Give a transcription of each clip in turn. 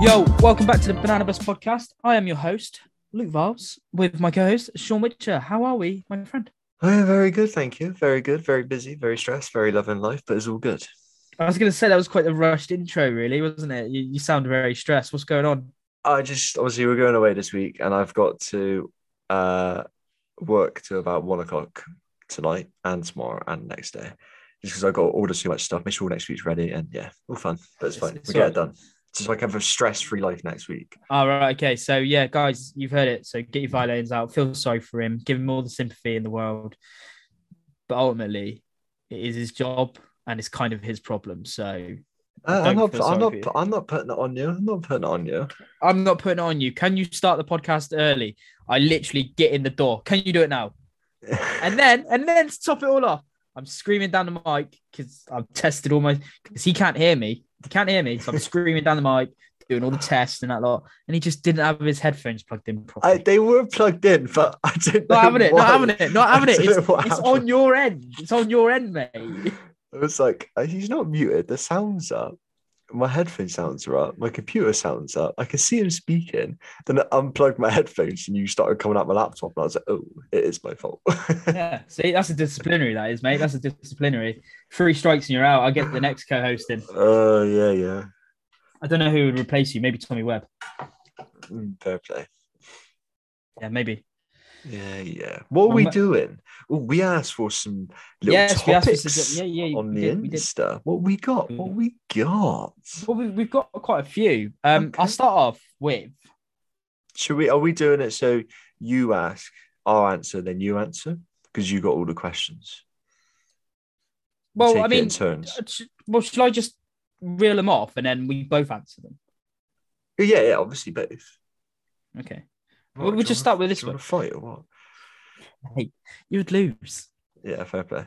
Yo, welcome back to the Banana Bus podcast. I am your host, Luke Vars, with my co host, Sean Witcher. How are we, my friend? I am very good, thank you. Very good, very busy, very stressed, very loving life, but it's all good. I was going to say that was quite a rushed intro, really, wasn't it? You, you sound very stressed. What's going on? I just obviously we're going away this week, and I've got to uh, work to about one o'clock tonight and tomorrow and next day, just because I've got to order too much stuff. Make sure next week's ready, and yeah, all fun, but it's It's- fine. it's We get all it done. Just like have a stress-free life next week. All right, okay. So, yeah, guys, you've heard it. So, get your violins out, feel sorry for him, give him all the sympathy in the world. But ultimately, it is his job and it's kind of his problem. So, Uh, Don't I'm not. feel sorry I'm not. for you. I'm not putting it on you. I'm not putting it on you. I'm not putting it on you. Can you start the podcast early? I literally get in the door. Can you do it now? And then, and then to top it all off, I'm screaming down the mic because I've tested all my, because he can't hear me. He can't hear me. So I'm screaming down the mic, doing all the tests and that lot. And he just didn't have his headphones plugged in I, properly. they were plugged in, but I didn't. not know having it, why. not having it, not having I it. don't It's, know what it's happened. on your end. It's on your end, mate. It was like uh, he's not muted. The sounds up. My headphone sounds are up. My computer sounds up. I can see him speaking. Then I unplugged my headphones, and you started coming out my laptop, and I was like, "Oh, it is my fault." Yeah. See, that's a disciplinary, that is, mate. That's a disciplinary. Three strikes and you're out. I'll get the next co host in. Oh yeah, yeah. I don't know who would replace you. Maybe Tommy Webb. Mm, Fair play. Yeah, maybe. Yeah, yeah. What are Well, we ma- doing? Ooh, we asked for some little Yes, we asked for topics some- yeah, yeah, on we the did, we did. Mm. Insta. What we got? What we got? Well, we- we've got quite a few. Um, I'll Okay. start off with Should we? Are we doing it so you ask, I'll answer, then you answer because you got all the questions. well, Take I it mean, in turns. uh, sh- well, shall I just reel them off and then we both answer them? Yeah, yeah, obviously both. Okay, What, Well, we'll do you just wanna- start with this do you wanna one. Fight or what? you'd lose. Yeah, fair play.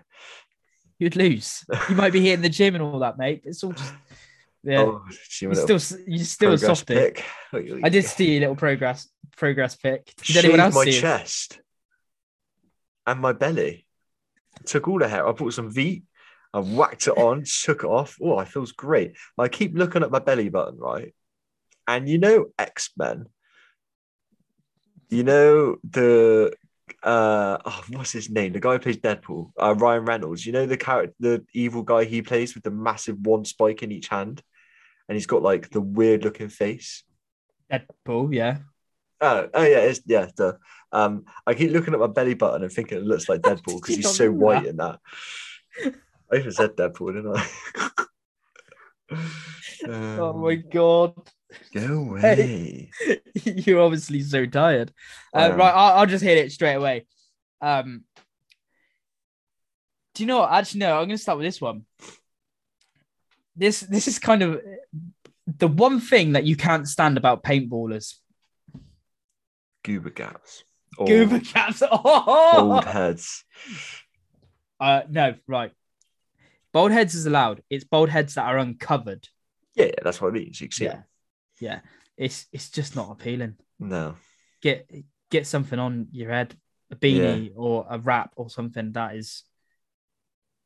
You'd lose. You might be hitting the gym and all that, mate. It's all just yeah. Oh, see my you're little still you're still a progress softy. pick. Oh, you- I did see your little progress progress pick. Did Shaved anyone else my see? it? chest and my belly. Took all the hair. I bought some V. I whacked it on, shook it off. Oh, it feels great. I keep looking at my belly button, right? And you know X Men. You know the uh oh, what's his name? The guy who plays Deadpool, uh, Ryan Reynolds. You know the character, the evil guy he plays with the massive one spike in each hand, and he's got like the weird looking face. Deadpool, yeah. Oh, oh yeah, it's, yeah. Duh. Um, I keep looking at my belly button and thinking it looks like Deadpool because you he's not so know white that? in that. I even said Deadpool, didn't I? Oh Um, my god, go away. you're obviously so tired. I Uh, am. right, I'll, I'll just hit it straight away. Um, do you know what? Actually, no. I'm going to start with this one. This this is kind of the one thing that you can't stand about paintballers. Goober gaps. Old, Goober caps. Oh, old heads. uh, no, right. Bald heads is allowed. It's bald heads that are uncovered. Yeah, yeah, that's what I mean. So you can see Yeah, it. yeah. It's it's just not appealing. No. Get get something on your head, a beanie or a wrap or something. That is.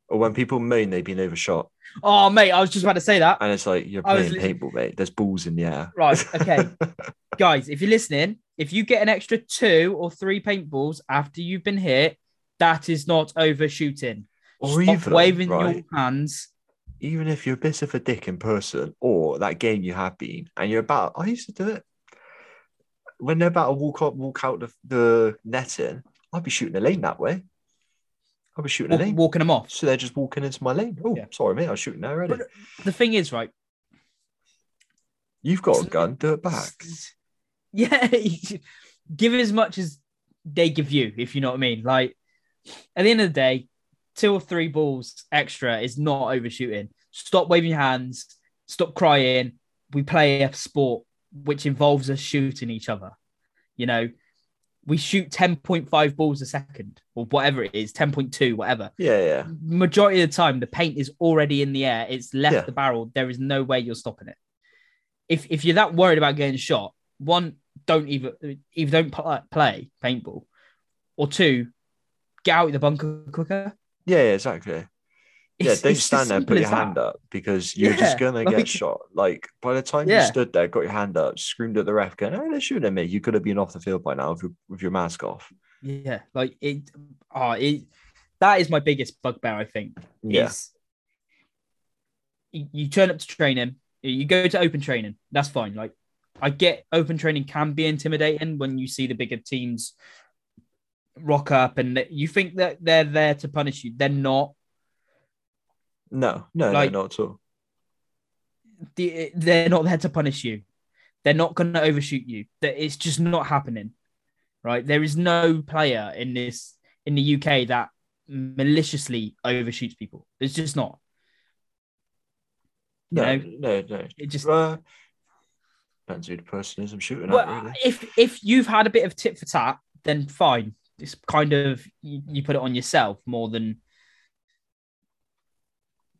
Or when people moan they've been overshot, Oh, mate, I was just about to say that. and it's like you're I was playing literally- paintball, mate. There's balls in the air. Right. Okay. Guys, if you're listening, if you get an extra two or three paintballs after you've been hit, that is not overshooting. Or Stop even waving right? your hands. even if you're a bit of a dick in person or that game you have been and you're about "Oh, I used to do it when they're about to walk up walk out the, the netting I'd be shooting a lane that way I'd be shooting a Walk, lane walking them off. so they're just walking into my lane oh Yeah. sorry mate I was shooting there already But- The thing is, right? you've got a it's- gun do it back Yeah. give as much as they give you, if you know what I mean. Like, at the end of the day, two or three balls extra is not overshooting. Stop waving your hands. Stop crying. We play a sport which involves us shooting each other. You know, we shoot 10.5 balls a second or whatever it is, 10.2, whatever yeah yeah majority of the time the paint is already in the air it's left Yeah. the barrel there is no way you're stopping it if if you're that worried about getting shot one don't even either don't pl- play paintball or two get out of the bunker quicker yeah, yeah exactly Yeah, It's- don't it's stand as there and put simple your as that. hand up because you're just Yeah, gonna like- get shot. Like by the time you Yeah. stood there, got your hand up, screamed at the ref, going, "Oh, they're shooting at me!" You could have been off the field by now with your, with your mask off. Yeah, like it. Oh, it. That is my biggest bugbear. I think. Yeah, Is you, you turn up to training, you go to open training. That's fine. Like I get open training can be intimidating when you see the bigger teams rock up and that- you think that they're there to punish you. They're not. no, no, Like- no, not at all. The- They're not there to punish you. They're not going to overshoot you. That it's just not happening. Right? There is no player in this in the UK that maliciously overshoots people. It's just not. No, No. no, no. It just Uh, depends who the person is I'm shooting well, at, really. if if you've had a bit of tit for tat, then fine. It's kind of you, you put it on yourself more than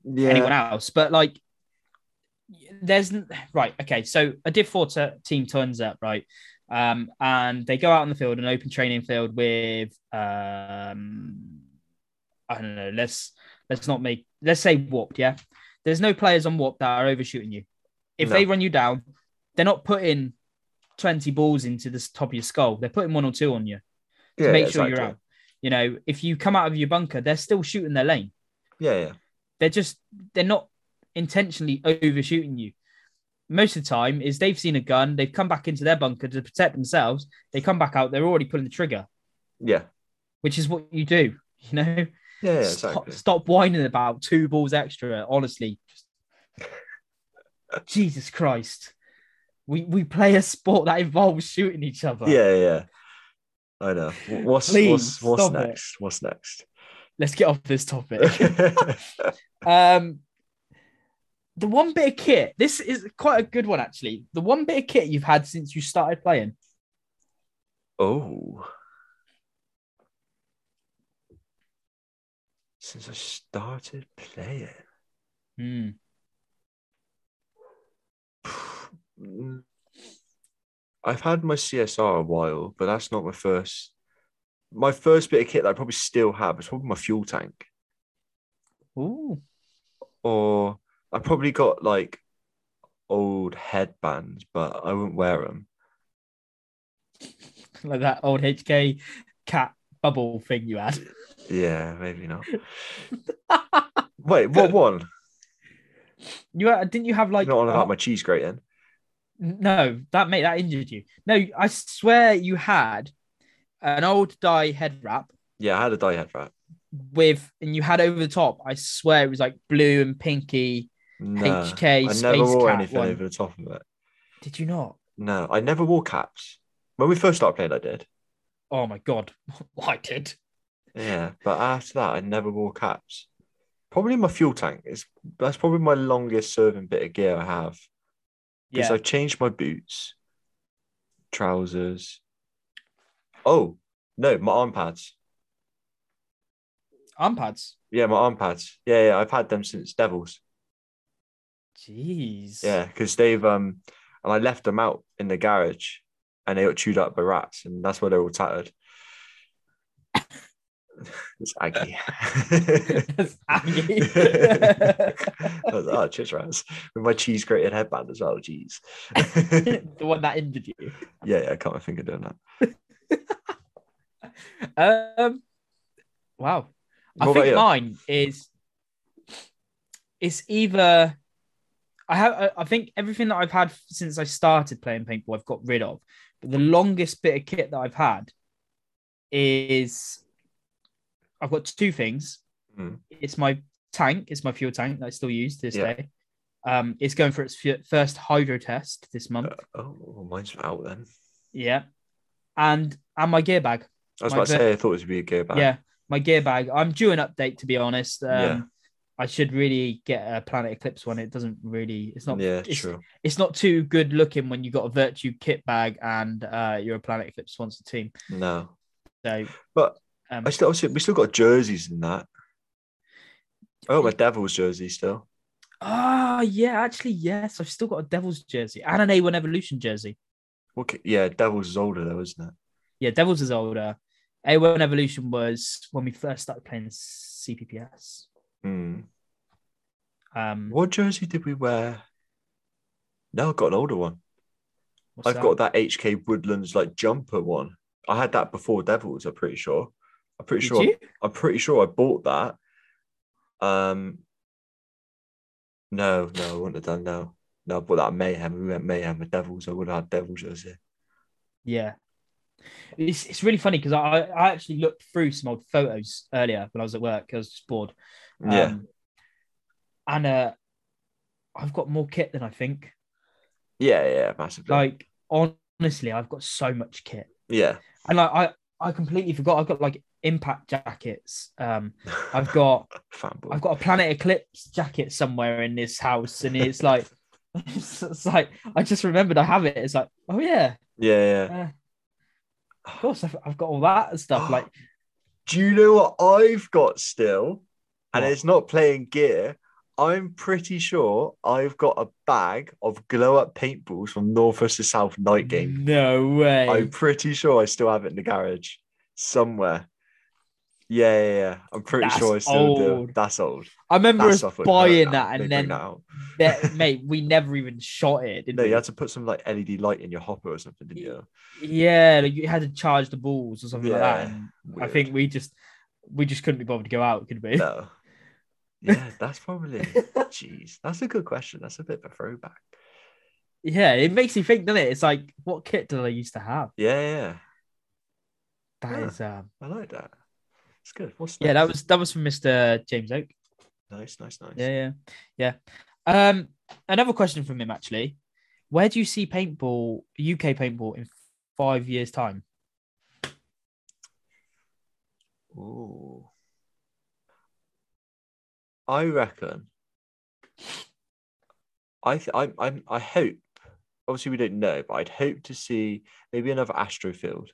Yeah, anyone else. But like, there's n- right. Okay, so a Div Four t- team turns up right, um, and they go out on the field, an open training field with, um, I don't know. Let's let's not make let's say warped. Yeah, there's no players on warped that are overshooting you. If No. they run you down, they're not putting twenty balls into the s- top of your skull. They're putting one or two on you to yeah, make yeah, sure exactly. you're out. You know, if you come out of your bunker, they're still shooting their lane Yeah, yeah, they're just they're not intentionally overshooting you most of the time is they've seen a gun they've come back into their bunker to protect themselves they come back out they're already pulling the trigger yeah, which is what you do you know yeah, yeah, stop, exactly. stop whining about two balls extra honestly jesus christ we we play a sport that involves shooting each other Yeah, yeah. I know. Wh- What's Please, what's what's stop it. next? What's next? let's get off this topic Um, the one bit of kit. This is quite a good one, actually. The one bit of kit you've had since you started playing. Oh. Since I started playing. Mm. I've had my CSR a while, but that's not my first. My first bit of kit that I probably still have is probably my fuel tank. Ooh. Or I probably got like old headbands, but I wouldn't wear them. like that old HK cat bubble thing you had. Yeah, maybe not. Wait, what one? You had, didn't you have like not on about uh, my cheese grate then. no that mate that injured you. No, I swear you had an old dye head wrap Yeah, I had a dye head wrap. with, and you had over the top. I swear it was like blue and pinky No, HK I space never wore cat anything one. over the top of it. Did you not? No, I never wore caps. When we first started playing, I did. Oh my god, I did. Yeah, but after that, I never wore caps. Probably my fuel tank is that's probably my longest serving bit of gear I have because I've changed my boots, trousers. Oh no, my arm pads. arm pads. Yeah, my arm pads. Yeah, yeah, I've had them since Devils. Jeez. Yeah, because they've um, and I left them out in the garage, and they got chewed up by rats, and that's why they're all tattered. it's aggy. That's aggy. I was like, oh, cheers, rats! With my cheese grated headband as well. Jeez. the one that injured you. yeah, yeah, I can't think of doing that. Um, wow. What I about think you? mine is it's either I have I- I think everything that I've had since I started playing paintball I've got rid of, but the longest bit of kit that I've had is I've got two things. Mm. It's my tank, it's my fuel tank that I still use to this Yeah. day. Um, it's going for its fu- first hydro test this month. Oh, mine's out then. Yeah. And and my gear bag. I was My about to bit- say I thought it would be a gear bag. Yeah. My gear bag. I'm due an update to be honest. Um Yeah. I should really get a Planet Eclipse one. It doesn't really it's not yeah, it's, true. it's not too good looking when you got a virtue kit bag and uh you're a Planet Eclipse sponsor team. No, So But um I still obviously, we still got jerseys in that. I got my Devils jersey still. Ah yeah, actually yes, I've still got a Devil's jersey and an A1 Evolution jersey. What? ca- Yeah, Devils is older though, isn't it? Yeah, Devils is older. A1 Evolution was when we first started playing CPPS. Hmm. Um, What jersey did we wear? No, I've got an older one. what's I've got that HK Woodlands like jumper one. I had that before Devils. I'm pretty sure. I'm pretty Did sure. you? I'm pretty sure I bought that. Um. No, no, I wouldn't have done no. No, I bought that at Mayhem. We went Mayhem with Devils. I would have had Devils jersey. Yeah. It's, it's really funny because I, I actually looked through some old photos earlier when I was at work. 'cause I was just bored. yeah. Um, and uh, I've got more kit than I think. Yeah, yeah, massively. Like, honestly, I've got so much kit. yeah. And like, I, I completely forgot. I've got like impact jackets. Um, I've got fanboy. I've got a Planet Eclipse jacket somewhere in this house, and it's like, it's, it's like I just remembered I have it. It's like, oh yeah, yeah, yeah. uh, of course I've, I've got all that and stuff. Like, Do you know what I've got still? And What? it's not playing gear. I'm pretty sure I've got a bag of glow up paintballs from North versus South night game. no way. I'm pretty sure I still have it in the garage somewhere. Yeah, yeah, yeah. I'm pretty That's sure I still do. old. That's old. I remember That's us off with her buying now. that, They and bring then, that out. that- mate, we never even shot it. Did no, we? you had to put some like LED light in your hopper or something, didn't you? Yeah, like, you had to charge the balls or something like that. Yeah, And I Weird. think we just we just couldn't be bothered to go out. Could we? No. Yeah, that's probably. Jeez, that's a good question. That's a bit of a throwback. Yeah, it makes you think, doesn't it? It's like, what kit did I used to have? Yeah, yeah, That Yeah. is, um, I like that. It's good. What's yeah, that next? was that was from Mr. James Oak. nice, nice, nice. Yeah, yeah, yeah. Um, another question from him actually: Where do you see paintball, UK paintball, in five years' time? Ooh. I reckon. I th- I I I hope. Obviously, we don't know, but I'd hope to see maybe another Astrofield.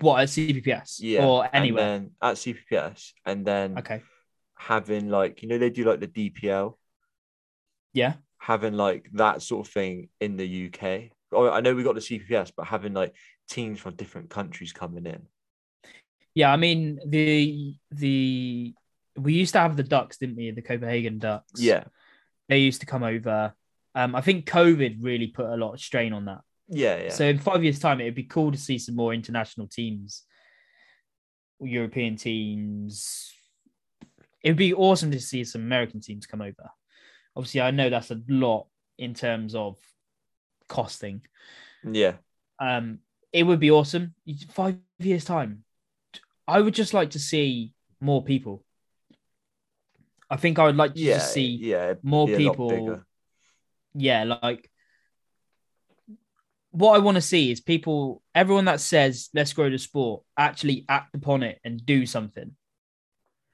What at CPPS Yeah, or and anywhere? then at CPPS, and then Okay, having like you know they do like the DPL. yeah, having like that sort of thing in the UK. Oh, I know we got the CPS, but having like teams from different countries coming in. yeah. I mean the the we used to have the ducks, didn't we? The Copenhagen ducks. Yeah, they used to come over. Um, I think COVID really put a lot of strain on that. yeah, yeah. So in five years' time, it'd be cool to see some more international teams, European teams. It'd be awesome to see some American teams come over. Obviously, I know that's a lot in terms of costing. yeah, Um, it would be awesome. Five years' time, I would just like to see more people. I think I would like to yeah. just see yeah, it'd more be a lot people bigger. yeah, like what I want to see is people, everyone that says let's grow the sport, actually act upon it and do something.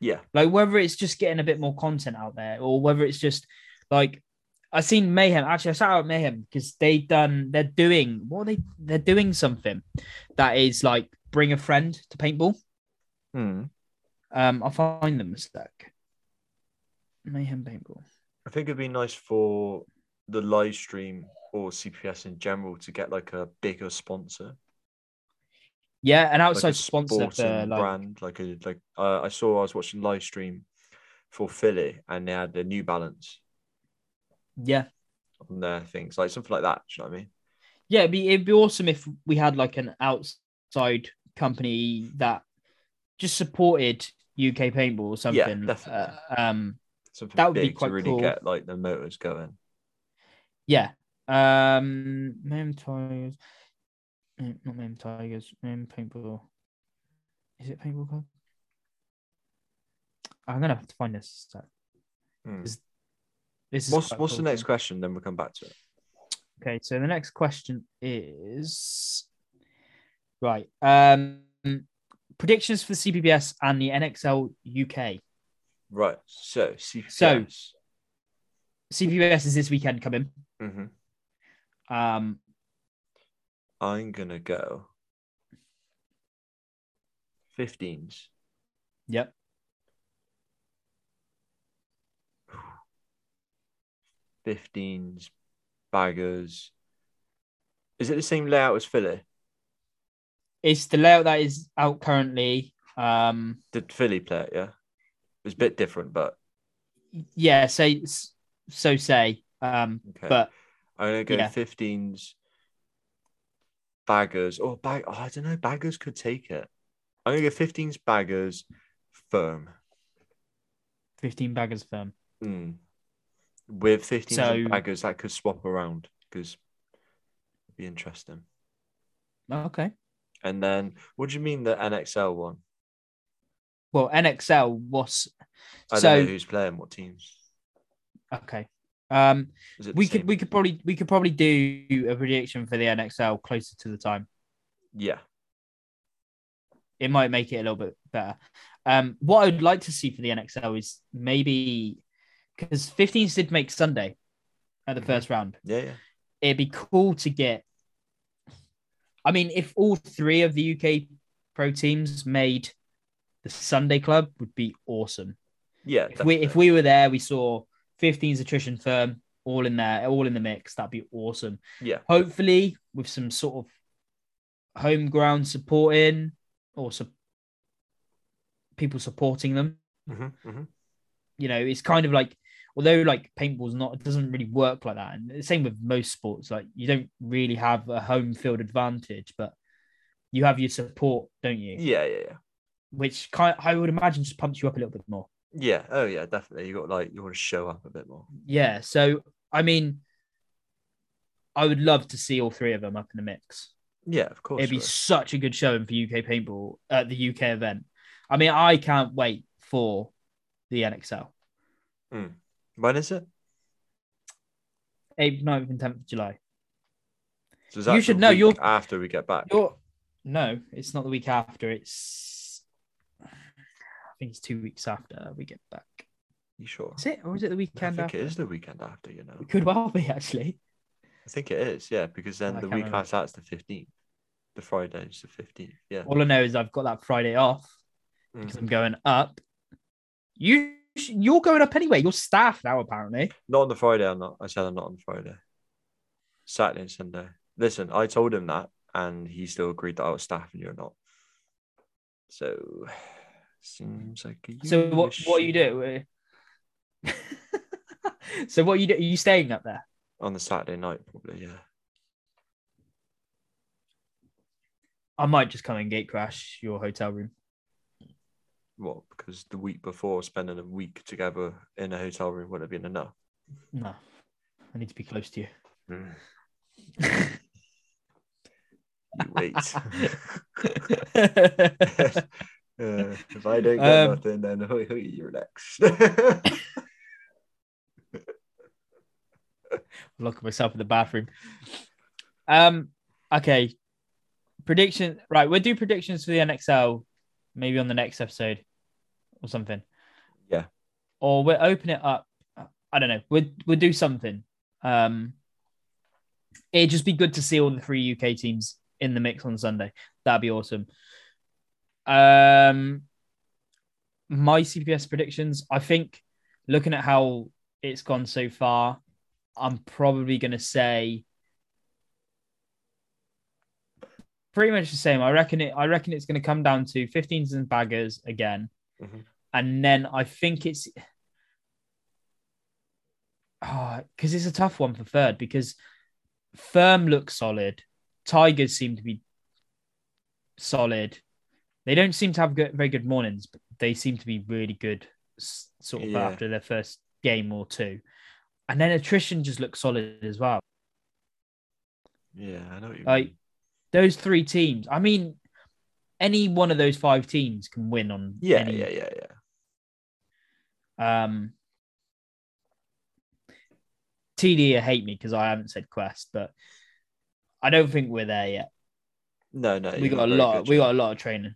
Yeah, Like whether it's just getting a bit more content out there, or whether it's just like I seen Mayhem. Actually, I shout out Mayhem because they done they're doing what are they they're doing something that is like bring a friend to paintball. Hmm. Um, I'll find them a sec. Mayhem paintball. I think it'd be nice for the live stream or CPS in general to get like a bigger sponsor, Yeah, an like outside a sponsor for sporting like brand, like a like. Uh, I saw I was watching live stream for Philly, and they had the New Balance yeah, on their things, like something like that. Do you know what I mean? yeah, it'd be, it'd be awesome if we had like an outside company that just supported UK paintball or something. definitely. Uh, um, something That would be big quite to really cool. get like the motors going. yeah. Um, Mem Tigers, Mm, not Mem Tigers, Mem Paintball. Is it Paintball Club? I'm gonna have to find this. sec. Hmm. This This is What's quite what's the cool. next question? Then we'll come back to it. Okay, so the next question is right. Um, predictions for CPBS and the NXL UK. Right. So CPS. CPBS is this weekend coming. Mhm. Um, I'm gonna go. 15s. yep. Fifteens. Baggers. Is it the same layout as Philly? It's the layout that is out currently. Um, Did Philly play it? Yeah. It was a bit different, but yeah, say so say. Um, Okay. but I'm gonna go yeah. 15s. Baggers or bag. oh, I don't know. Baggers could take it. I'm gonna go 15s. Baggers, firm. fifteen baggers firm. Mm. With 15s and So- baggers, that could swap around because be interesting. Okay. And then, what do you mean the NXL one? Well, NXL was I So- don't know who's playing, what teams. okay. Um, Is it the we could same? we could probably we could probably do a prediction for the NXL closer to the time. yeah. It might make it a little bit better. Um, what I'd like to see for the NXL is maybe because 15s did make Sunday at the Mhm. first round. yeah, yeah, It'd be cool to get. I mean, if all three of the UK pro teams made the Sunday club, would be awesome. yeah. If we if definitely. we were there, we saw 15's attrition firm all in there, all in the mix. That'd be awesome. yeah, Hopefully, with some sort of home ground support in or some people supporting them. Mhm, mhm. You know, it's kind of like although like paintball's not it doesn't really work like that. And the same with most sports, like you don't really have a home field advantage, but you have your support, don't you? yeah, yeah, yeah, Which kind I would imagine just pumps you up a little bit more. yeah. Oh yeah, definitely. You got like you want to show up a bit more. Yeah. So, I mean, I would love to see all three of them up in the mix. Yeah, of course. It'd be you would. such a good showing for UK paintball at the UK event. I mean, I can't wait for the NXL. When is it? 8th, 9th, and 10th of July. So is You that should the know, week you're- after we get back. You're, no, it's not the week after. It's, I think it's two weeks after we get back. You sure? Is it? Or is it the I weekend think after? it is the weekend after. You know, It could well be, actually. I think it is. Yeah, because then I the can't week remember. after that's the fifteenth. The Friday is the fifteenth. Yeah. All I know is I've got that Friday off. Mm. because I'm going up. You sh- you're going up anyway. You're staff now, apparently. Not on the Friday. I'm not. I said I'm not on Friday. Saturday and Sunday. Listen, I told him that, and he still agreed that I was staff and you're not. So, seems like a so you what what you issue. do? uh, so what you do? Are you staying up there? on the Saturday night? Probably, yeah. I might just come and gate crash your hotel room. What? Because the week before, spending a week together in a hotel room would have been enough. No, I need to be close to you. Mm. you wait. Uh, if I don't get Um, nothing, then hoi, hoi, you're next. Look at myself in the bathroom. Um. Okay. Prediction. Right. We'll do predictions for the NXL, maybe on the next episode, or something. Yeah. Or we'll open it up. I don't know. We'll we'll do something. Um. It'd just be good to see all the three UK teams in the mix on Sunday. That'd be awesome. Um. My CPS predictions. I think looking at how it's gone so far, I'm probably going to say pretty much the same. I reckon it. I reckon it's going to come down to 15s and baggers again, Mhm. and then I think it's because Ah, it's a tough one for third because firm looks solid. Tigers seem to be solid. They don't seem to have good, very good mornings, but they seem to be really good s- sort of Yeah. after their first game or two. And then attrition just looks solid as well. yeah, I know what you Like, mean. Those three teams, I mean, any one of those five teams can win on Yeah, any, yeah, yeah, yeah. Um, TD hate me because I haven't said Quest, but I don't think we're there yet. No, no. we you're got a very lot. good, We Jack. got a lot of training.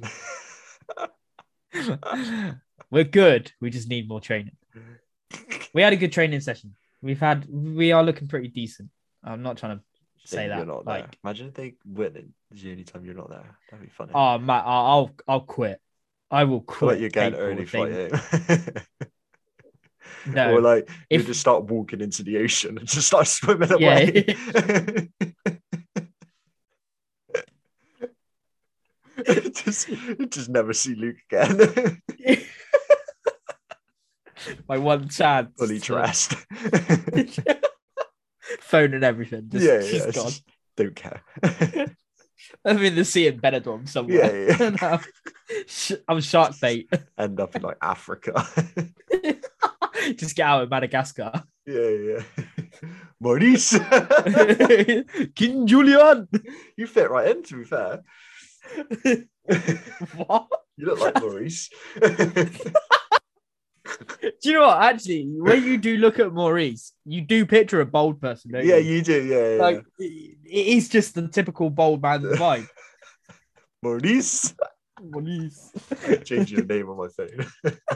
we're good. We just need more training. We had a good training session. We've had. We are looking pretty decent. I'm not trying to. Shame say You're that, not there. like- Imagine if they win it. It's the only time you're not there. That'd be funny. Oh, Matt, I- I'll I'll quit. I will Feel quit. like you're getting paintball early if they- flight home. No. or like you If- just start walking into the ocean and just start swimming Yeah. away. just, just never see Luke again. my one chance. fully to- dressed. Phone and everything. Just, yeah, yeah, just it's gone. just- don't care. I'm in the sea in Benidorm yeah, somewhere. yeah. And I'm, sh- I'm shark bait. End up in like Africa. just get out of Madagascar. yeah, yeah. Maurice, King Julian. you fit right in. To be fair, What? you look like Maurice. Do you know what? Actually, when you do look at Maurice, you do picture a bold person, don't yeah, you? you do. Yeah, yeah. Like it it is just the typical bold man vibe. Maurice. Maurice. Change your name on my phone.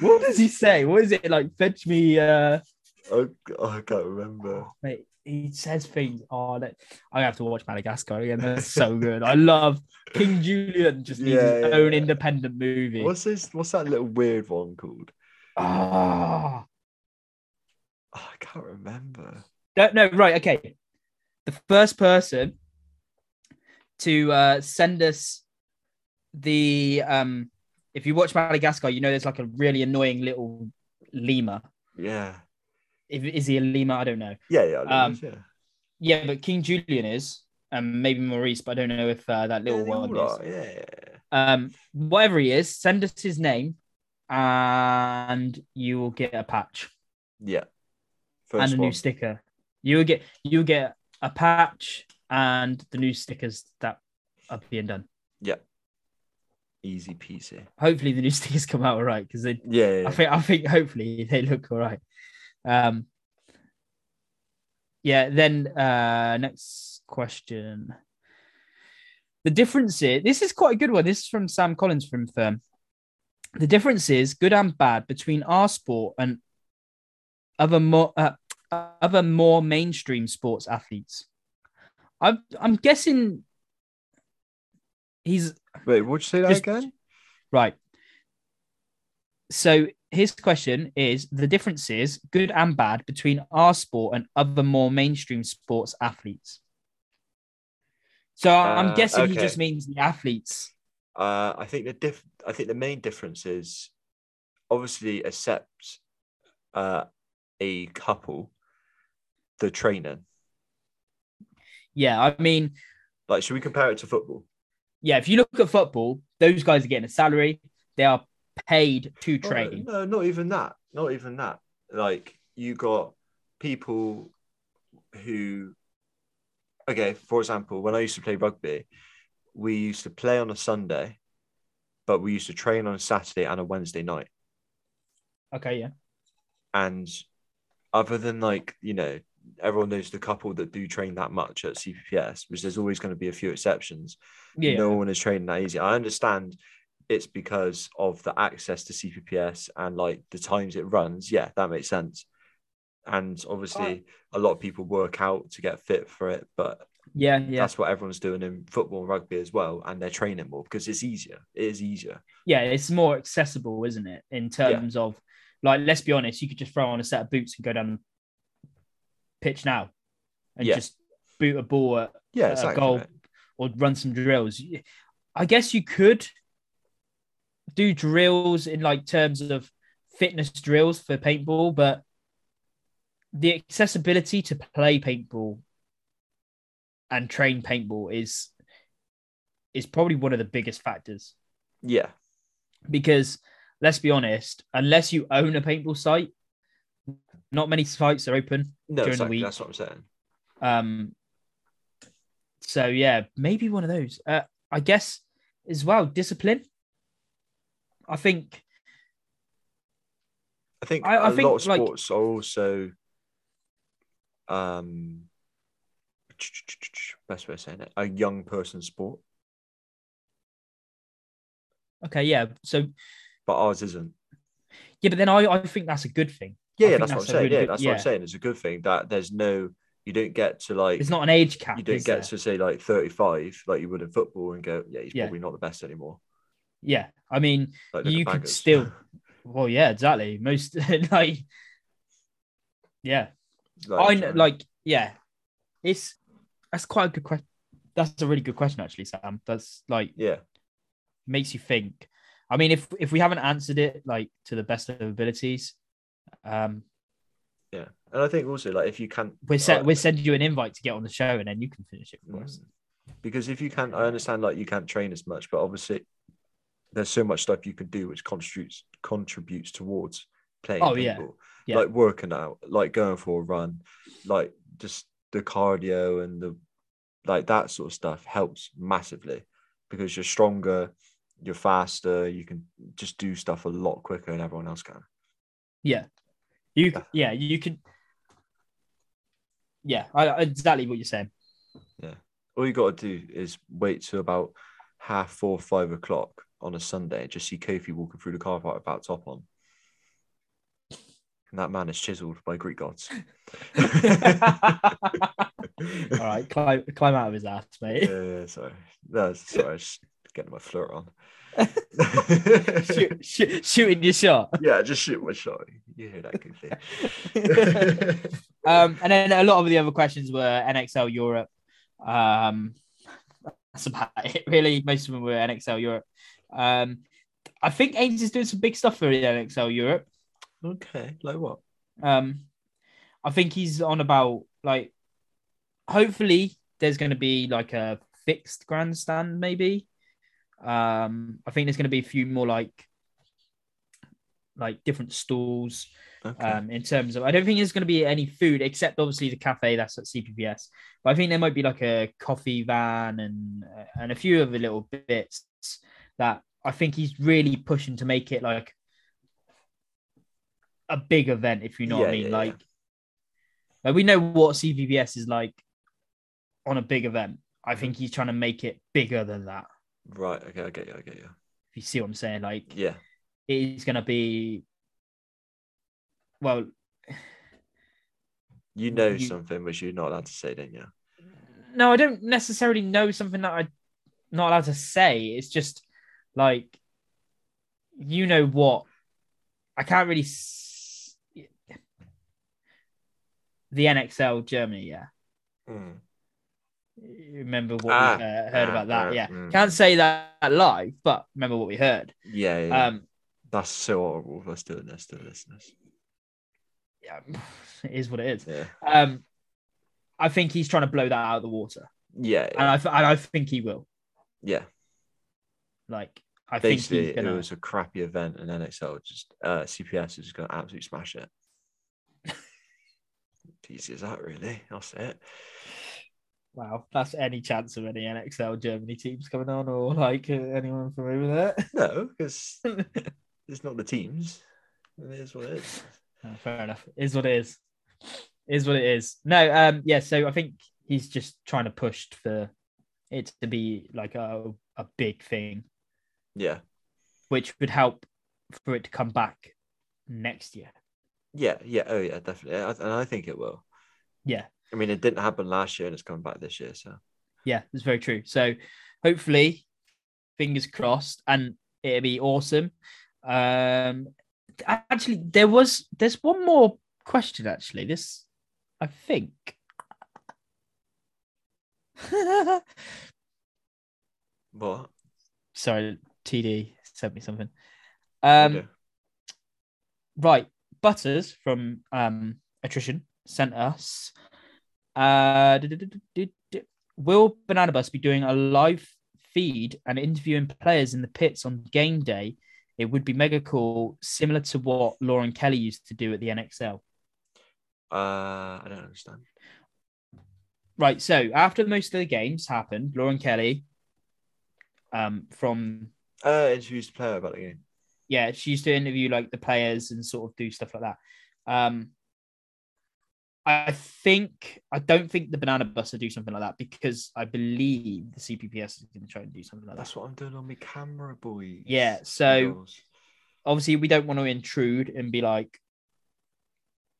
What does he say? What is it like? Fetch me. uh Oh, I can't remember. Mate, he says things. Oh, that... I have to watch Madagascar again. That's so good. I love King Julian. Just needs Yeah, his yeah, own yeah. independent movie. What's this? What's that little weird one called? Ah, Oh, I can't remember. no, no, right, okay. The first person to uh, send us the um, if you watch Madagascar, you know there's like a really annoying little lemur. Yeah. If is he a lemur? I don't know. Yeah, yeah. I know Um, it, yeah. Yeah, but King Julian is, and maybe Maurice, but I don't know if uh, that Yeah, little they one all is. are, yeah, yeah. um, whatever he is, send us his name and you will get a patch Yeah. and First a one. new sticker. You will get you will get a patch and the new stickers that are being done. Easy peasy. Hopefully the new stickers come out all right because they I Yeah. yeah, yeah. think I think hopefully they look all right. Um yeah, then uh next question. The difference is this is quite a good one. This is from Sam Collins from Firm. The difference is good and bad between our sport and other more uh, other more mainstream sports athletes. I'm I'm guessing he's Wait, would you say that Just- again? Right. So his question is the differences, good and bad, between our sport and other more mainstream sports athletes. So Uh, I'm guessing he okay. just means the athletes. Uh, I think the diff. I think the main difference is obviously except uh, a couple, the training. Yeah, I mean, Like, should we compare it to football? yeah, if you look at football, those guys are getting a salary. They are paid to No, train. Uh, No, not even that. Not even that. Like you got people who, okay, for example, when I used to play rugby, we used to play on a Sunday, but we used to train on a Saturday and a Wednesday night. Okay, yeah. And other than like you know, everyone knows the couple that do train that much at CPPS, which there's always going to be a few exceptions. Yeah. No one is training that easy. I understand it's because of the access to CPPS and like the times it runs. Yeah, that makes sense. And obviously, a lot of people work out to get fit for it, but Yeah, yeah. that's what everyone's doing in football and rugby as well. And they're training more because it's easier. It is easier. Yeah, it's more accessible, isn't it? In terms of like, let's be honest, you could just throw on a set of boots and go down the pitch now and Yeah. just boot a ball at Yeah, Uh, exactly. goal. mate. or run some drills. I guess you could do drills in like terms of fitness drills for paintball, but the accessibility to play paintball and train paintball is is probably one of the biggest factors Yeah, because let's be honest, unless you own a paintball site, not many sites are open. During no, the exactly. week. That's what I'm saying. Um, so yeah, maybe one of those. Uh, I guess as well, discipline. I think I think I- a I think, lot of like- sports are also um best way of saying it a young person sport, okay, yeah. So but ours isn't. yeah, but then I, I think that's a good thing. Yeah, I yeah think that's what I'm that's a saying. really yeah, good- that's what yeah. I'm saying. It's a good thing that there's no you don't get to like It's not an age cap. you don't is get there? to say like 35 like you would in football and go yeah he's Yeah. probably not the best anymore. Yeah, I mean, Like, look at You could Bangers. still- well, yeah, exactly. Most like, yeah, I like, do you know, what mean? like, yeah, it's that's quite a good question. That's a really good question, actually, Sam. That's like yeah makes you think. I mean, if if we haven't answered it like to the best of abilities, um, Yeah. And I think also like if you can't we'll send Alright. we'll send you an invite to get on the show, and then you can finish it for us. Mm. because if you can't I understand like you can't train as much, but obviously there's so much stuff you can do which contributes contributes towards playing Oh, yeah. paintball. Yeah. Like working out, like going for a run, like just the cardio and the like that sort of stuff helps massively because you're stronger, you're faster, you can just do stuff a lot quicker than everyone else can. Yeah, you c- yeah you could. Yeah, I, I- exactly what you're saying. all you got to do is wait till about half four, five o'clock on a Sunday and just see Kofi walking through the car park without top on. And that man is chiseled by Greek gods. All right, climb climb out of his ass, mate. Yeah, sorry. No, sorry, I was just getting my flirt on. shoot, shoot, shooting your shot. yeah, just shoot my shot. You hear that, Kofi. Um, and then a lot of the other questions were NXL Europe. Um, that's about it, really. Most of them were NXL Europe. Um, I think Ains is doing some big stuff for NXL Europe. okay, like what? Um, I think he's on about like, hopefully, there's going to be like a fixed grandstand, maybe. Um, I think there's going to be a few more like, like different stalls Okay. um, in terms of I don't think there's going to be any food except obviously the cafe that's at CPPS. But I think there might be like a coffee van and uh, and a few other little bits that I think he's really pushing to make it like a big event, if you know what Yeah, I mean. yeah, yeah. like, like we know what CPPS is like on a big event. Mm-hmm. I think he's trying to make it bigger than that. right, okay, I get you, I get you. If you see what I'm saying, like Yeah, it's going to be well. you know You- something which you're not allowed to say, don't you? no, I don't necessarily know something that I'm not allowed to say. It's just like, you know what? I can't really. S- the NXL Germany, yeah. Mm. You Remember what Ah, we uh, heard ah, about that? ah, yeah, mm, can't mm. say that live, but remember what we heard. Yeah, yeah, yeah. Um, That's so horrible. Let's do it. Let's do it, listeners. yeah, it is what it is. Yeah. Um, I think he's trying to blow that out of the water, Yeah. and I, th- and I think he will. yeah. Like, I think Basically, he's gonna. it was a crappy event, and NXL just uh, CPS is going to absolutely smash it. Easy as that, really. I'll say it. Wow, that's any chance of any NXL Germany teams coming on, or like uh, anyone from over No, because there. it's not the teams. It is what it is. Oh, fair enough. Is what it is. Is what it is. No, um, yeah. So I think he's just trying to push for it to be like a a big thing, Yeah. which would help for it to come back next year. Yeah. Yeah. Oh, yeah. Definitely. I- And I think it will. Yeah, I mean, it didn't happen last year, and it's coming back this year. So, yeah, that's very true. So hopefully, fingers crossed, and it'd be awesome. Um, actually, there was there's one more question. Actually, this I think. what? Sorry, TD sent me something. You Um, do. right, Butters from um, Attrition sent us. Uh, du- du- du- du- du- du- will Banana Bus be doing a live feed and interviewing players in the pits on game day? It would be mega cool, similar to what Lauren Kelly used to do at the NXL. Uh, I don't understand. Right. So after most of the games happened, Lauren Kelly, um, from Uh, introduce the player about the game. yeah, she used to interview like the players and sort of do stuff like that. Um, I think I don't think the Banana Bus will do something like that because I believe the CPPS is going to try and do something like that. That's what I'm doing on my camera, boys. Yeah, so- Girls. Obviously, we don't want to intrude and be like,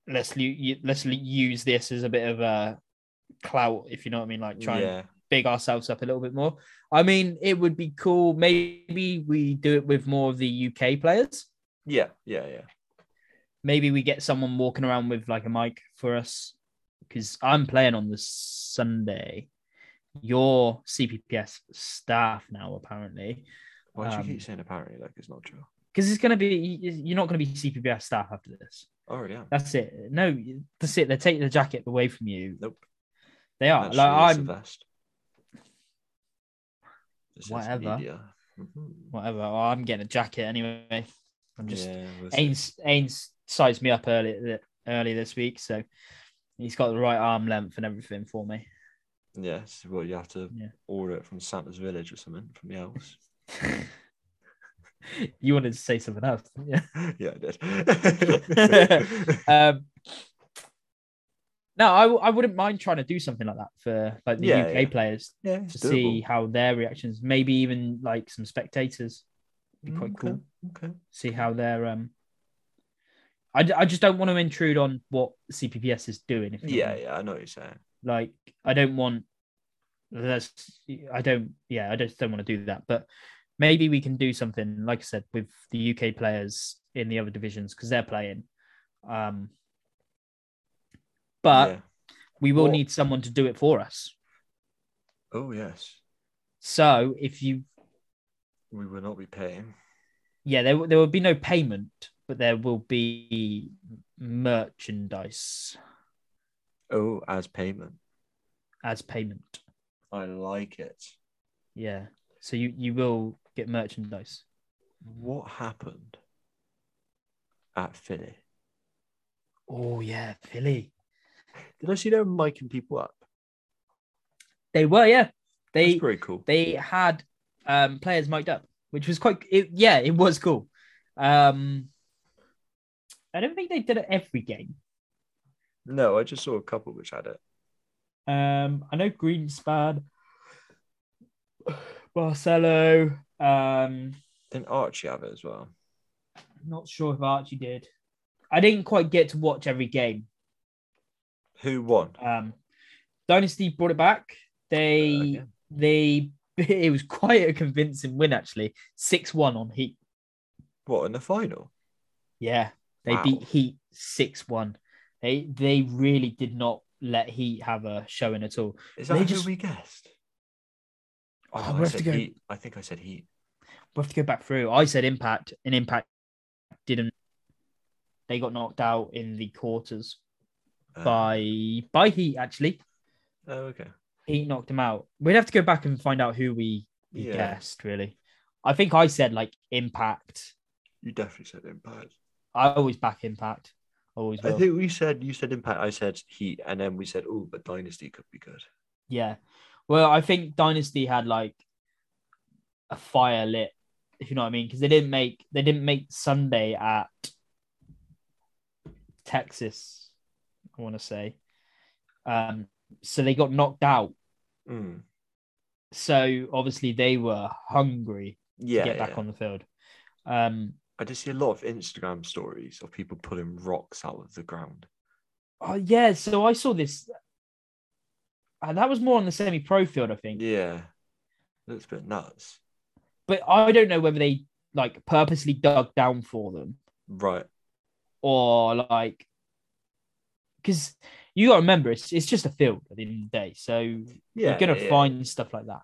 let's lu- u- let's l- use this as a bit of a clout, if you know what I mean, like try and yeah, big ourselves up a little bit more. I mean, it would be cool. Maybe we do it with more of the UK players. yeah, yeah, yeah. maybe we get someone walking around with like a mic for us because I'm playing on the Sunday. Your CPPS staff now, apparently. Why do Um, you keep saying apparently like it's not true? because it's going to be you're not going to be CPBS staff after this. I already am. That's it. No, that's it. They're taking the jacket away from you. Nope. They are. Actually, like it's a I'm vest. It says Whatever. media. Mhm. whatever. well, I'm getting a jacket anyway. I'm just Mm-hmm. yeah, we'll see. Ains Ains sized me up early early this week, so he's got the right arm length and everything for me. Yes, well, you have to Yeah. order it from Santa's Village or something from the house. you wanted to say something else, didn't you? yeah, I did. um no I, w- I wouldn't mind trying to do something like that for like the Yeah, uk yeah. players yeah, it's to doable. see how their reactions maybe even like some spectators be quite Mm, cool. Okay. okay. see how their um I, d- I just don't want to intrude on what cpps is doing if you know what I Yeah, mean. yeah, I know what you're saying. like i don't want that's i don't yeah i just don't want to do that but maybe we can do something like i said with the uk players in the other divisions because they're playing um but Yeah. we will Well- need someone to do it for us. Oh, yes. So if you, We will not be paying. yeah, there there will be no payment, but there will be merchandise Oh, as payment. as payment. I like it. Yeah, so you you will get merchandise. What happened at Philly? Oh yeah, Philly. Did I see them miking people up? They were yeah, That's they pretty cool. they had um players mic'd up, which was quite it, yeah, it was cool. Um, I don't think they did it every game. no, I just saw a couple which had it. Um, I know Greenspan, Marcelo. Um, Didn't Archie have it as well? not sure if Archie did. I didn't quite get to watch every game. Who won? Um, Dynasty brought it back. They Okay. they it was quite a convincing win actually. Six one on Heat. What in the final? Yeah, they Wow. beat Heat six one. They they really did not let Heat have a showing at all. Is They that who just- we guessed? Oh, No, I we'll have said to go. Heat. I think I said Heat. We'll have to go back through. I said Impact, and Impact didn't. They got knocked out in the quarters Uh, by by Heat actually. Oh, okay. Heat knocked him out. We'd have to go back and find out who we, we Yeah. guessed, really. I think I said like impact. You definitely said Impact. I always back impact. Always I will. think we said you said Impact. I said Heat, and then we said, "Oh, but Dynasty could be good." Yeah. Well, I think Dynasty had like a fire lit, if you know what I mean, because they didn't make they didn't make Sunday at Texas, I want to say. Um, so they got knocked out. Mm. So obviously they were hungry to Yeah, get back yeah. on the field. Um, I just see a lot of Instagram stories of people pulling rocks out of the ground. Oh yeah, so I saw this. Uh, that was more on the semi-pro field, I think. Yeah, looks a bit nuts. But I don't know whether they like purposely dug down for them Right. or like because you got to remember it's it's just a field at the end of the day, so Yeah, you're gonna yeah, find stuff like that.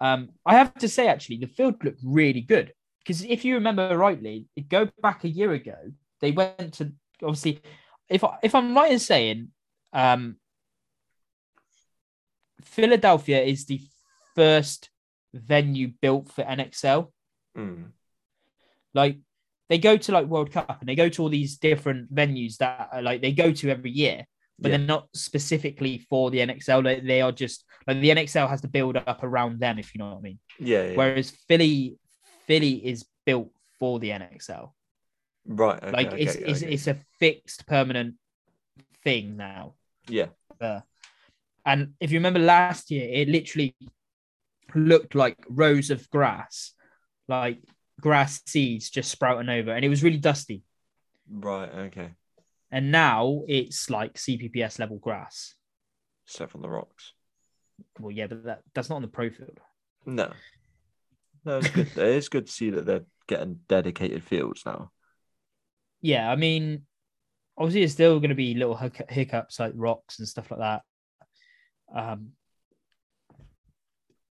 Um, I have to say actually, the field looked really good because if you remember rightly, go back a year ago, they went to obviously. If I, if I'm right in saying, um, Philadelphia is the first venue built for NXL. Mm. Like they go to like World Cup and they go to all these different venues that are, like they go to every year, but Yeah. they're not specifically for the NXL. Like, they are just like the NXL has to build up around them, if you know what I mean. Yeah. yeah. Whereas Philly, Philly is built for the NXL. right. Okay, like okay, it's okay, it's, okay. it's a fixed permanent thing now. yeah. there. And if you remember last year, it literally looked like rows of grass, like grass seeds just sprouting over, and it was really dusty. Right. Okay. And now it's like CPPS level grass. Step on the rocks. Well, yeah, but that, that's not on the pro field. No. No, it's good. it's good to see that they're getting dedicated fields now. Yeah, I mean, obviously, it's still going to be little hic- hiccups like rocks and stuff like that. Um,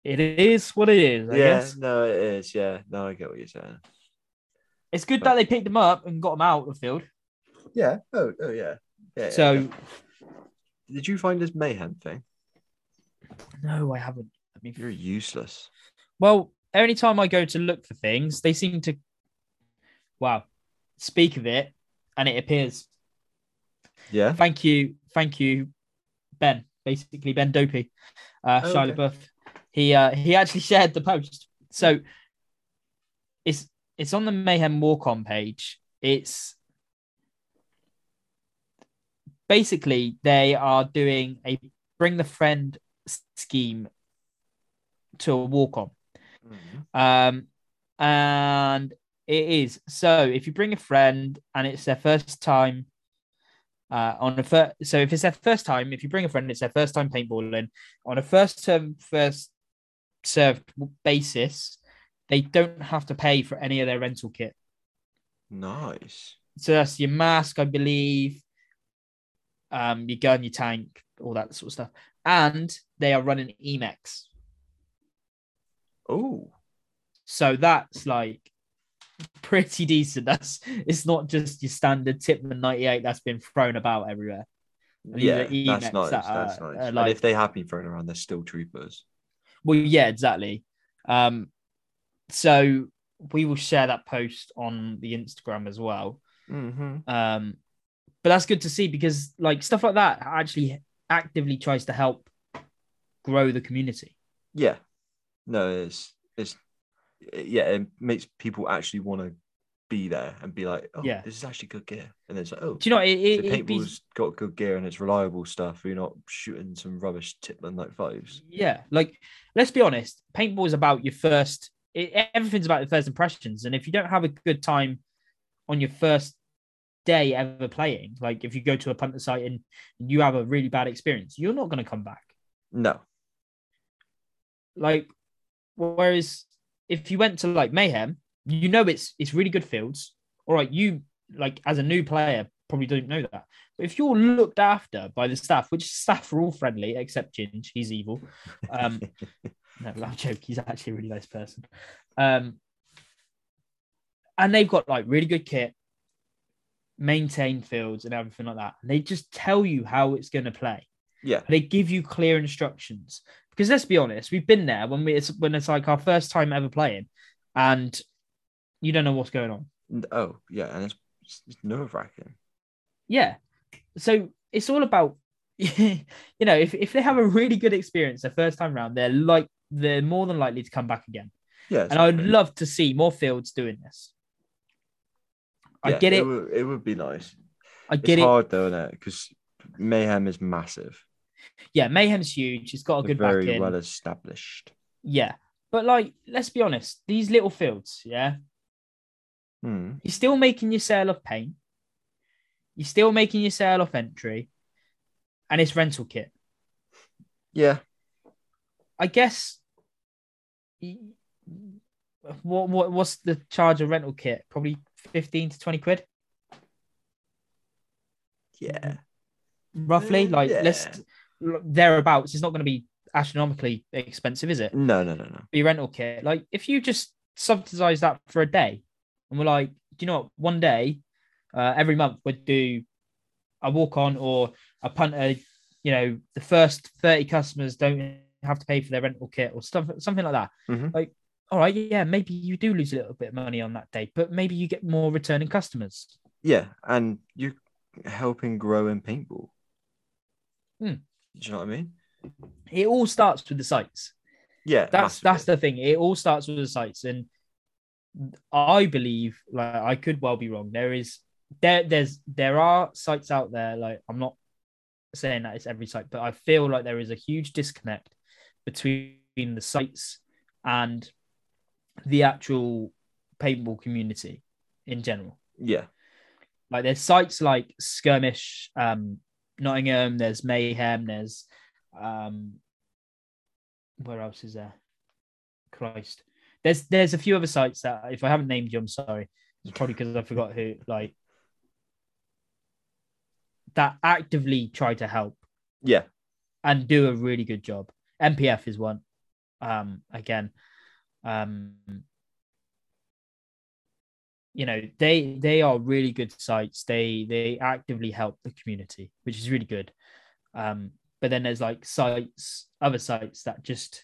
It is what it is. I yeah, guess. no, it is. Yeah, no, I get what you're saying. It's good that they picked him up and got him out of the field. Yeah. Oh, oh yeah. Yeah. yeah, so yeah. did you find this mayhem thing? no, I haven't. I mean, You're useless. well, any time I go to look for things, they seem to wow, speak of it and it appears. Yeah. Thank you, thank you, Ben. Basically, Ben Dopey, uh, Oh, Shia okay. LaBeouf. He uh, he actually shared the post. So it's it's on the Mayhem Warcom page. It's basically they are doing a bring the friend s- scheme to a Warcom. Mm-hmm. Um, and it is so if you bring a friend and it's their first time uh, on a first, so if it's their first time, if you bring a friend, it's their first time paintballing on a first term, first served basis, they don't have to pay for any of their rental kit. Nice. So that's your mask, I believe, um, your gun, your tank, all that sort of stuff. And they are running Emacs. Oh, So that's like pretty decent. That's it's not just your standard Tipman 98 that's been thrown about everywhere. these yeah, are that's Emacs nice. E that that's are- nice. are and like- if they're happy throwing around, they're still troopers. Well, yeah, exactly. Um, so we will share that post on the Instagram as well. Mm-hmm. Um, but that's good to see because like stuff like that actually actively tries to help grow the community. Yeah. No, it's it's yeah, it makes people actually want to be there and be like, oh, Yeah. this is actually good gear, and it's like, oh, Do you know it? so it, it'd be- paintball's got good gear and it's reliable stuff. You're not shooting some rubbish Tipman like fives. yeah like let's be honest paintball is about your first it, everything's about the first impressions and if you don't have a good time on your first day ever playing like if you go to a punter site and you have a really bad experience you're not going to come back No, like whereas if you went to like mayhem you know it's it's really good fields all right you like as a new player probably don't know that but if you're looked after by the staff which staff are all friendly except ginge he's evil um no i joke he's actually a really nice person um and they've got like really good kit maintained fields and everything like that and they just tell you how it's going to play yeah, they give you clear instructions because let's be honest we've been there when we it's when it's like our first time ever playing and you don't know what's going on N- oh yeah, and it's, it's nerve wracking. yeah so it's all about you know if, if they have a really good experience their first time round they're like they're more than likely to come back again Yeah, and i would exactly. love to see more fields doing this i Yeah, get it, It would, it would be nice. i It's get it hard though, is Because mayhem is massive. yeah mayhem's huge it's got a They're good very backing well established. yeah but like let's be honest these little fields yeah Hmm. you're still making your sale of paint, you're still making your sale of entry, and it's rental kit. Yeah, I guess y- what, what what's the charge of rental kit? Probably 15 to 20 quid, yeah, roughly. Mm, Like yeah. let's thereabouts. It's not going to be astronomically expensive, is it? no, no, no, no. Your rental kit. Like if you just subsidize that for a day, and we're like, do you know what? One day, uh, every month, we'd do a walk on or a punter. You know, the first thirty customers don't have to pay for their rental kit or stuff, something like that. Mhm. Like, all right, yeah, maybe you do lose a little bit of money on that day, but maybe you get more returning customers. Yeah, and you're helping grow in paintball. Hmm. Do you know what I mean? It all starts with the sites. Yeah, that's massively. that's the thing. It all starts with the sites, and I believe, like, I could well be wrong. There is there there's there are sites out there. Like, I'm not saying that it's every site, but I feel like there is a huge disconnect between the sites and the actual paintball community in general. yeah, Like, there's sites like Skirmish, um, Nottingham. There's Mayhem. There's um, where else is there? Christ. There's there's a few other sites that if I haven't named you, I'm sorry. It's probably because I forgot who like that actively try to help yeah, and do a really good job. MPF is one. um, again. Um, you know they they are really good sites. They they actively help the community, which is really good. Um, but then there's like sites, other sites that just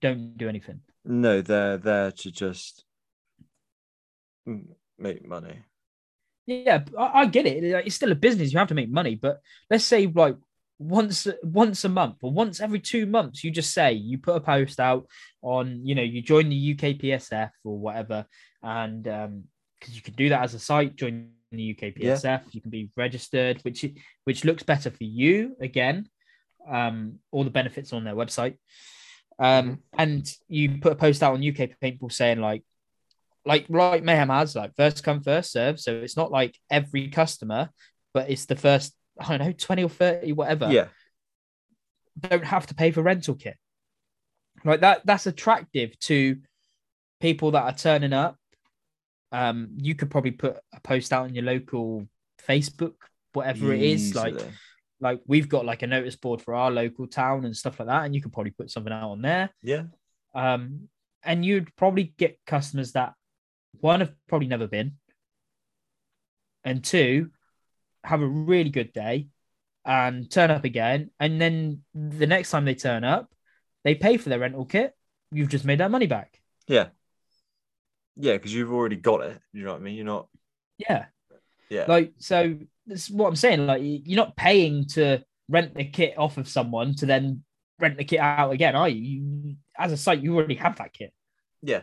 don't do anything. No, they're there to just m- make money. Yeah, I, I get it. Like, It's still a business. You have to make money. But let's say like once once a month or once every two months, you just say you put a post out on you know you join the UKPSF or whatever, and um because you can do that as a site, join the UKPSF. You can be registered, which which looks better for you again. Um, all the benefits on their website. Um, and you put a post out on UK Paintball saying like like like Mayhem has like first come first serve. So it's not like every customer, but it's the first I don't know twenty or thirty whatever yeah, don't have to pay for rental kit. Like that that's attractive to people that are turning up. Um, you could probably put a post out on your local Facebook, whatever it is. Like easily. like we've got like a notice board for our local town and stuff like that, and you could probably put something out on there yeah, um, and you'd probably get customers that one have probably never been, and two have a really good day and turn up again, and then the next time they turn up, they pay for their rental kit. You've just made that money back. yeah, because you've already got it. You know what I mean? You're not. Yeah, Yeah, like so. That's what I'm saying. Like y- you're not paying to rent the kit off of someone to then rent the kit out again, are you? you as a site, you already have that kit. yeah.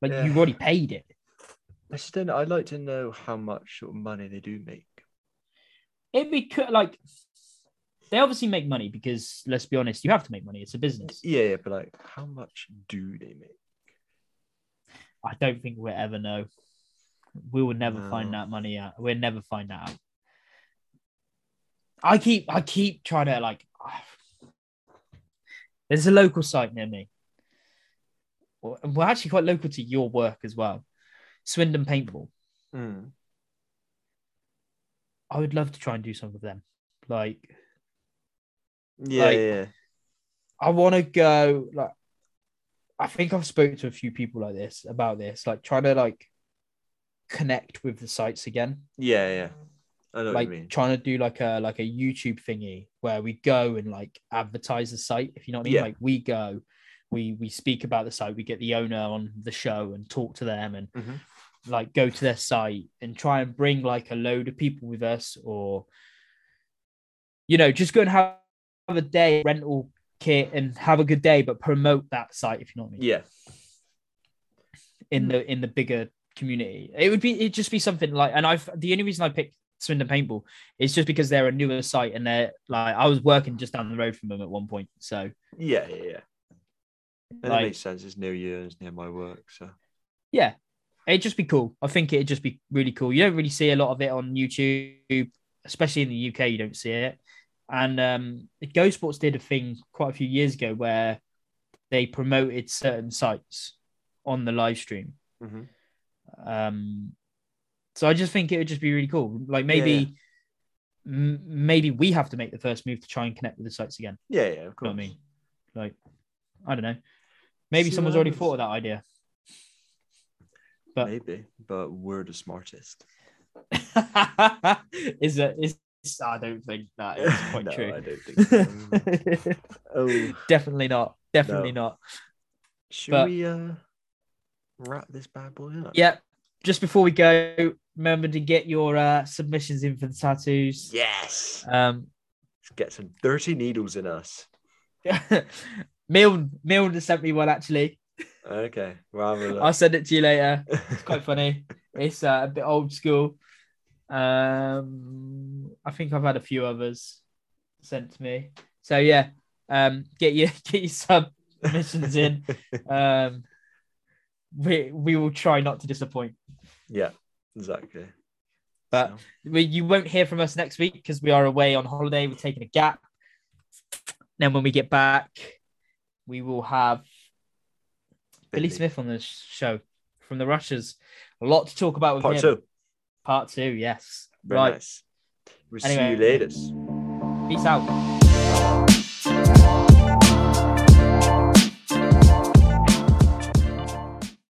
Like Yeah. you've already paid it. I just don't. know. I'd like to know how much sort of money they do make. it'd be co- like they obviously make money because let's be honest, you have to make money. It's a business. Yeah, yeah, but like, how much do they make? I don't think we'll ever know. We will never find No. that money out. We'll never find that out. I keep I keep trying to like there's a local site near me. Well, We're actually quite local to your work as well. Swindon Paintball. Hmm. I would love to try and do some of them. Like Yeah, Like- yeah, I want to go like I think I've spoken to a few people like this about this, like trying to like connect with the sites again, yeah, yeah. I know like what you mean. trying to do like a like a YouTube thingy where we go and like advertise the site, if you know what I mean. Yeah. Like we go, we we speak about the site, we get the owner on the show and talk to them and Mhm. like go to their site and try and bring like a load of people with us or you know just go and have have a day at rental kit and have a good day but promote that site if you know what I mean Yeah, in the in the bigger community. It would be it'd just be something like and I've the only reason I picked Swindon Paintball is just because they're a newer site and they're like I was working just down the road from them at one point. So yeah, yeah, yeah. And Like- it makes sense. It's near you and it's near my work. So yeah. It'd just be cool. I think it'd just be really cool. You don't really see a lot of it on YouTube, especially in the UK, you don't see it. And um Go Sports did a thing quite a few years ago where they promoted certain sites on the live stream. Mhm. Um, so I just think it would just be really cool. Like Yeah, yeah. maybe, m- maybe we have to make the first move to try and connect with the sites again. yeah, yeah, of You course. know what I mean? Like, I don't know. Maybe See someone's what already happens. thought of that idea. But- Maybe, but we're the smartest. is it? Is I don't think that is quite no, true. I don't think so. oh, Definitely not. Definitely not. should But- we uh, wrap this bad boy up? Yep. Just before we go, remember to get your uh, submissions in for the tattoos. Yes. Um, Let's get some dirty needles in us. Milne, Milne has sent me one actually. Okay. Well, have a look. I'll send it to you later. It's quite funny. It's uh, a bit old school. Um, I think I've had a few others sent to me. So yeah, um, get your get your submissions in. Um, we we will try not to disappoint. yeah, exactly. But So, we, you won't hear from us next week because we are away on holiday. We're taking a gap. Then when we get back, we will have Billy, Smith on the show from the Rushers. A lot to talk about with part him. two. Part two, yes. Very right. nice. We'll see Anyway. you later. Peace out.